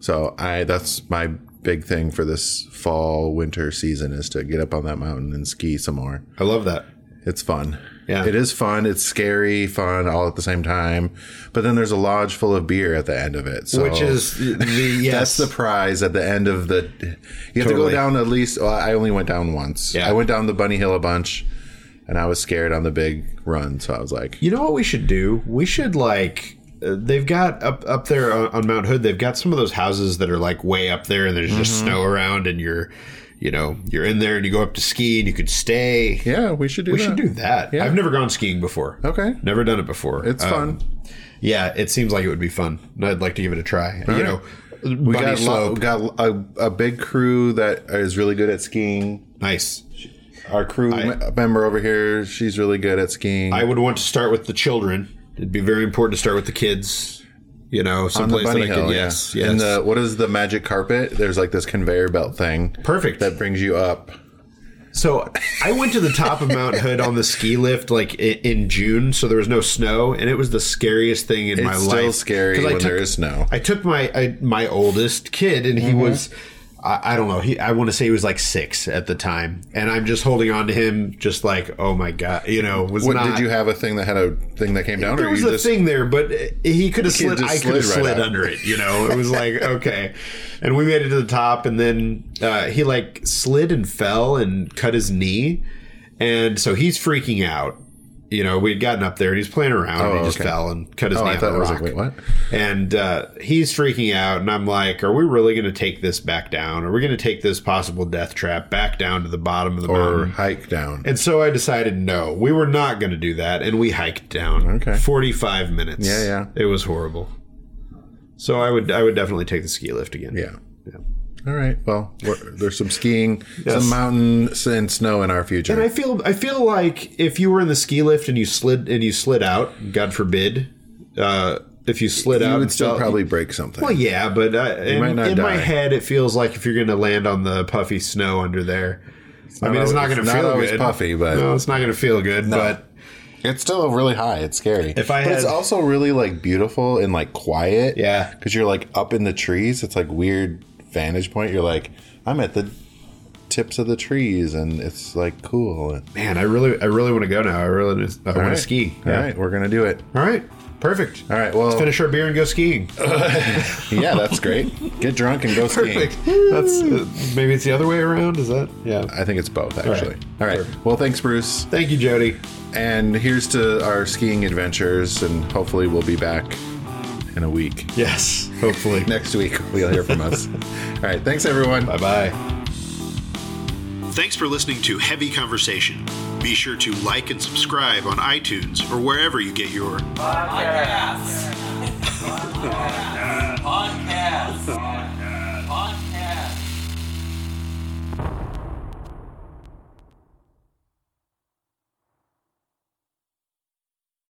[SPEAKER 1] so I that's my big thing for this fall winter season is to get up on that mountain and ski some more
[SPEAKER 2] I love that.
[SPEAKER 1] it's fun.
[SPEAKER 2] Yeah.
[SPEAKER 1] It is fun. It's scary, fun, all at the same time. But then there's a lodge full of beer at the end of it. So
[SPEAKER 2] Which is the yes,
[SPEAKER 1] Oh. (laughs) that's the prize at the end of the you have to go
[SPEAKER 2] Totally.
[SPEAKER 1] down at least well, I only went down once.
[SPEAKER 2] Yeah.
[SPEAKER 1] I went down the bunny hill a bunch and I was scared on the big run, so I was like
[SPEAKER 2] You know what we should do? We should like uh, they've got up up there on, on Mount Hood. They've got some of those houses that are like way up there, and there's just
[SPEAKER 1] Mm-hmm.
[SPEAKER 2] snow around, and you're, you know, you're in there, and you go up to ski, and you could stay.
[SPEAKER 1] Yeah, we should do
[SPEAKER 2] we
[SPEAKER 1] that.
[SPEAKER 2] should do that. I've never gone skiing before.
[SPEAKER 1] Okay.
[SPEAKER 2] never done it before.
[SPEAKER 1] It's
[SPEAKER 2] Um,
[SPEAKER 1] fun.
[SPEAKER 2] Yeah, it seems like it would be fun. and I'd like to give it a try. you know,
[SPEAKER 1] We
[SPEAKER 2] bunny
[SPEAKER 1] got, lo-
[SPEAKER 2] slope,
[SPEAKER 1] got a, a big crew that is really good at skiing.
[SPEAKER 2] nice.
[SPEAKER 1] Our crew me- member over here, she's really good at skiing.
[SPEAKER 2] I would want to start with the children. It'd be very important to start with the kids. You know,
[SPEAKER 1] on the
[SPEAKER 2] someplace
[SPEAKER 1] bunny
[SPEAKER 2] that I
[SPEAKER 1] hill.
[SPEAKER 2] could.
[SPEAKER 1] yeah.
[SPEAKER 2] Yes, yes.
[SPEAKER 1] And the what is the magic carpet? There's like this conveyor belt thing
[SPEAKER 2] Perfect.
[SPEAKER 1] that brings you up.
[SPEAKER 2] So I went to the top of Mount Hood on the ski lift like i- in June, so there was no snow, and it was the scariest thing in my
[SPEAKER 1] It's
[SPEAKER 2] life.
[SPEAKER 1] still scary
[SPEAKER 2] 'Cause I
[SPEAKER 1] when
[SPEAKER 2] took-
[SPEAKER 1] there Mm-hmm. is snow.
[SPEAKER 2] I took my I, my oldest kid, and he was. I I don't know. He, I want to say he was like six at the time, and I'm just holding on to him, just like, oh my god, you know, was
[SPEAKER 1] What
[SPEAKER 2] not.
[SPEAKER 1] did you have a thing that had a thing that came down,
[SPEAKER 2] there
[SPEAKER 1] or
[SPEAKER 2] was
[SPEAKER 1] you
[SPEAKER 2] a
[SPEAKER 1] just
[SPEAKER 2] thing there, but he could have slid.
[SPEAKER 1] just
[SPEAKER 2] I could have
[SPEAKER 1] slid right
[SPEAKER 2] slid
[SPEAKER 1] out.
[SPEAKER 2] under it. You know, it
[SPEAKER 1] (laughs)
[SPEAKER 2] was like okay. And we made it to the top, and then uh, he like slid and fell and cut his knee, and so he's freaking out. You know, we had gotten up there and he's playing around, and he just
[SPEAKER 1] okay.
[SPEAKER 2] fell and cut his
[SPEAKER 1] Oh,
[SPEAKER 2] knee
[SPEAKER 1] I
[SPEAKER 2] on
[SPEAKER 1] thought
[SPEAKER 2] the
[SPEAKER 1] it was
[SPEAKER 2] rock.
[SPEAKER 1] like, wait, what?
[SPEAKER 2] And uh, he's freaking out, and I'm like, "Are we really going to take this back down? Are we going to take this possible death trap back down to the bottom of the mountain?"
[SPEAKER 1] Or hike down?
[SPEAKER 2] And so I decided no, we were not going to do that, and we hiked down.
[SPEAKER 1] Okay.
[SPEAKER 2] forty-five minutes.
[SPEAKER 1] Yeah, yeah.
[SPEAKER 2] It was horrible. So I would, I would definitely take the ski lift again.
[SPEAKER 1] yeah. All right. Well, we're- there's some skiing,
[SPEAKER 2] Yes.
[SPEAKER 1] some mountains, and snow in our
[SPEAKER 2] And
[SPEAKER 1] future.
[SPEAKER 2] I feel, I feel like if you were in the ski lift and you slid and you slid out, God forbid, uh, if you slid out,
[SPEAKER 1] You
[SPEAKER 2] and
[SPEAKER 1] would still
[SPEAKER 2] fell-
[SPEAKER 1] probably break something.
[SPEAKER 2] Well, yeah, but uh, in,
[SPEAKER 1] might not
[SPEAKER 2] in my
[SPEAKER 1] die.
[SPEAKER 2] head, it feels like if you're going to land on the puffy snow under there, I mean, it's not
[SPEAKER 1] always-
[SPEAKER 2] going to
[SPEAKER 1] not
[SPEAKER 2] feel
[SPEAKER 1] always
[SPEAKER 2] good.
[SPEAKER 1] puffy, but-
[SPEAKER 2] no, it's not going to feel good. But
[SPEAKER 1] It's still really high. It's scary.
[SPEAKER 2] If I
[SPEAKER 1] but it's
[SPEAKER 2] had-
[SPEAKER 1] also really like beautiful and like quiet.
[SPEAKER 2] Yeah.
[SPEAKER 1] because you're like up in the trees. It's like weird vantage point. You're like I'm at the tips of the trees, and it's like cool. And,
[SPEAKER 2] man, I really, I really want to go now. I really, I want to ski.
[SPEAKER 1] All right, we're gonna do it.
[SPEAKER 2] All right. Perfect.
[SPEAKER 1] All right, well,
[SPEAKER 2] Let's finish our beer and go skiing.
[SPEAKER 1] yeah, that's
[SPEAKER 2] (laughs)
[SPEAKER 1] great. Get drunk and go skiing.
[SPEAKER 2] That's uh, maybe it's the other way around. Is that? Yeah.
[SPEAKER 1] I think it's both actually. All right.
[SPEAKER 2] Perfect.
[SPEAKER 1] Well, thanks, Bruce.
[SPEAKER 2] Thank you, Jody.
[SPEAKER 1] And here's to our skiing adventures, and hopefully we'll be back in a week.
[SPEAKER 2] Yes. Hopefully.
[SPEAKER 1] Next week, we'll hear from
[SPEAKER 2] (laughs)
[SPEAKER 1] us. All right. Thanks, everyone.
[SPEAKER 2] bye bye.
[SPEAKER 4] Thanks for listening to Heavy Conversation. Be sure to like and subscribe on iTunes or wherever you get your
[SPEAKER 5] Podcasts. Podcasts. Podcasts.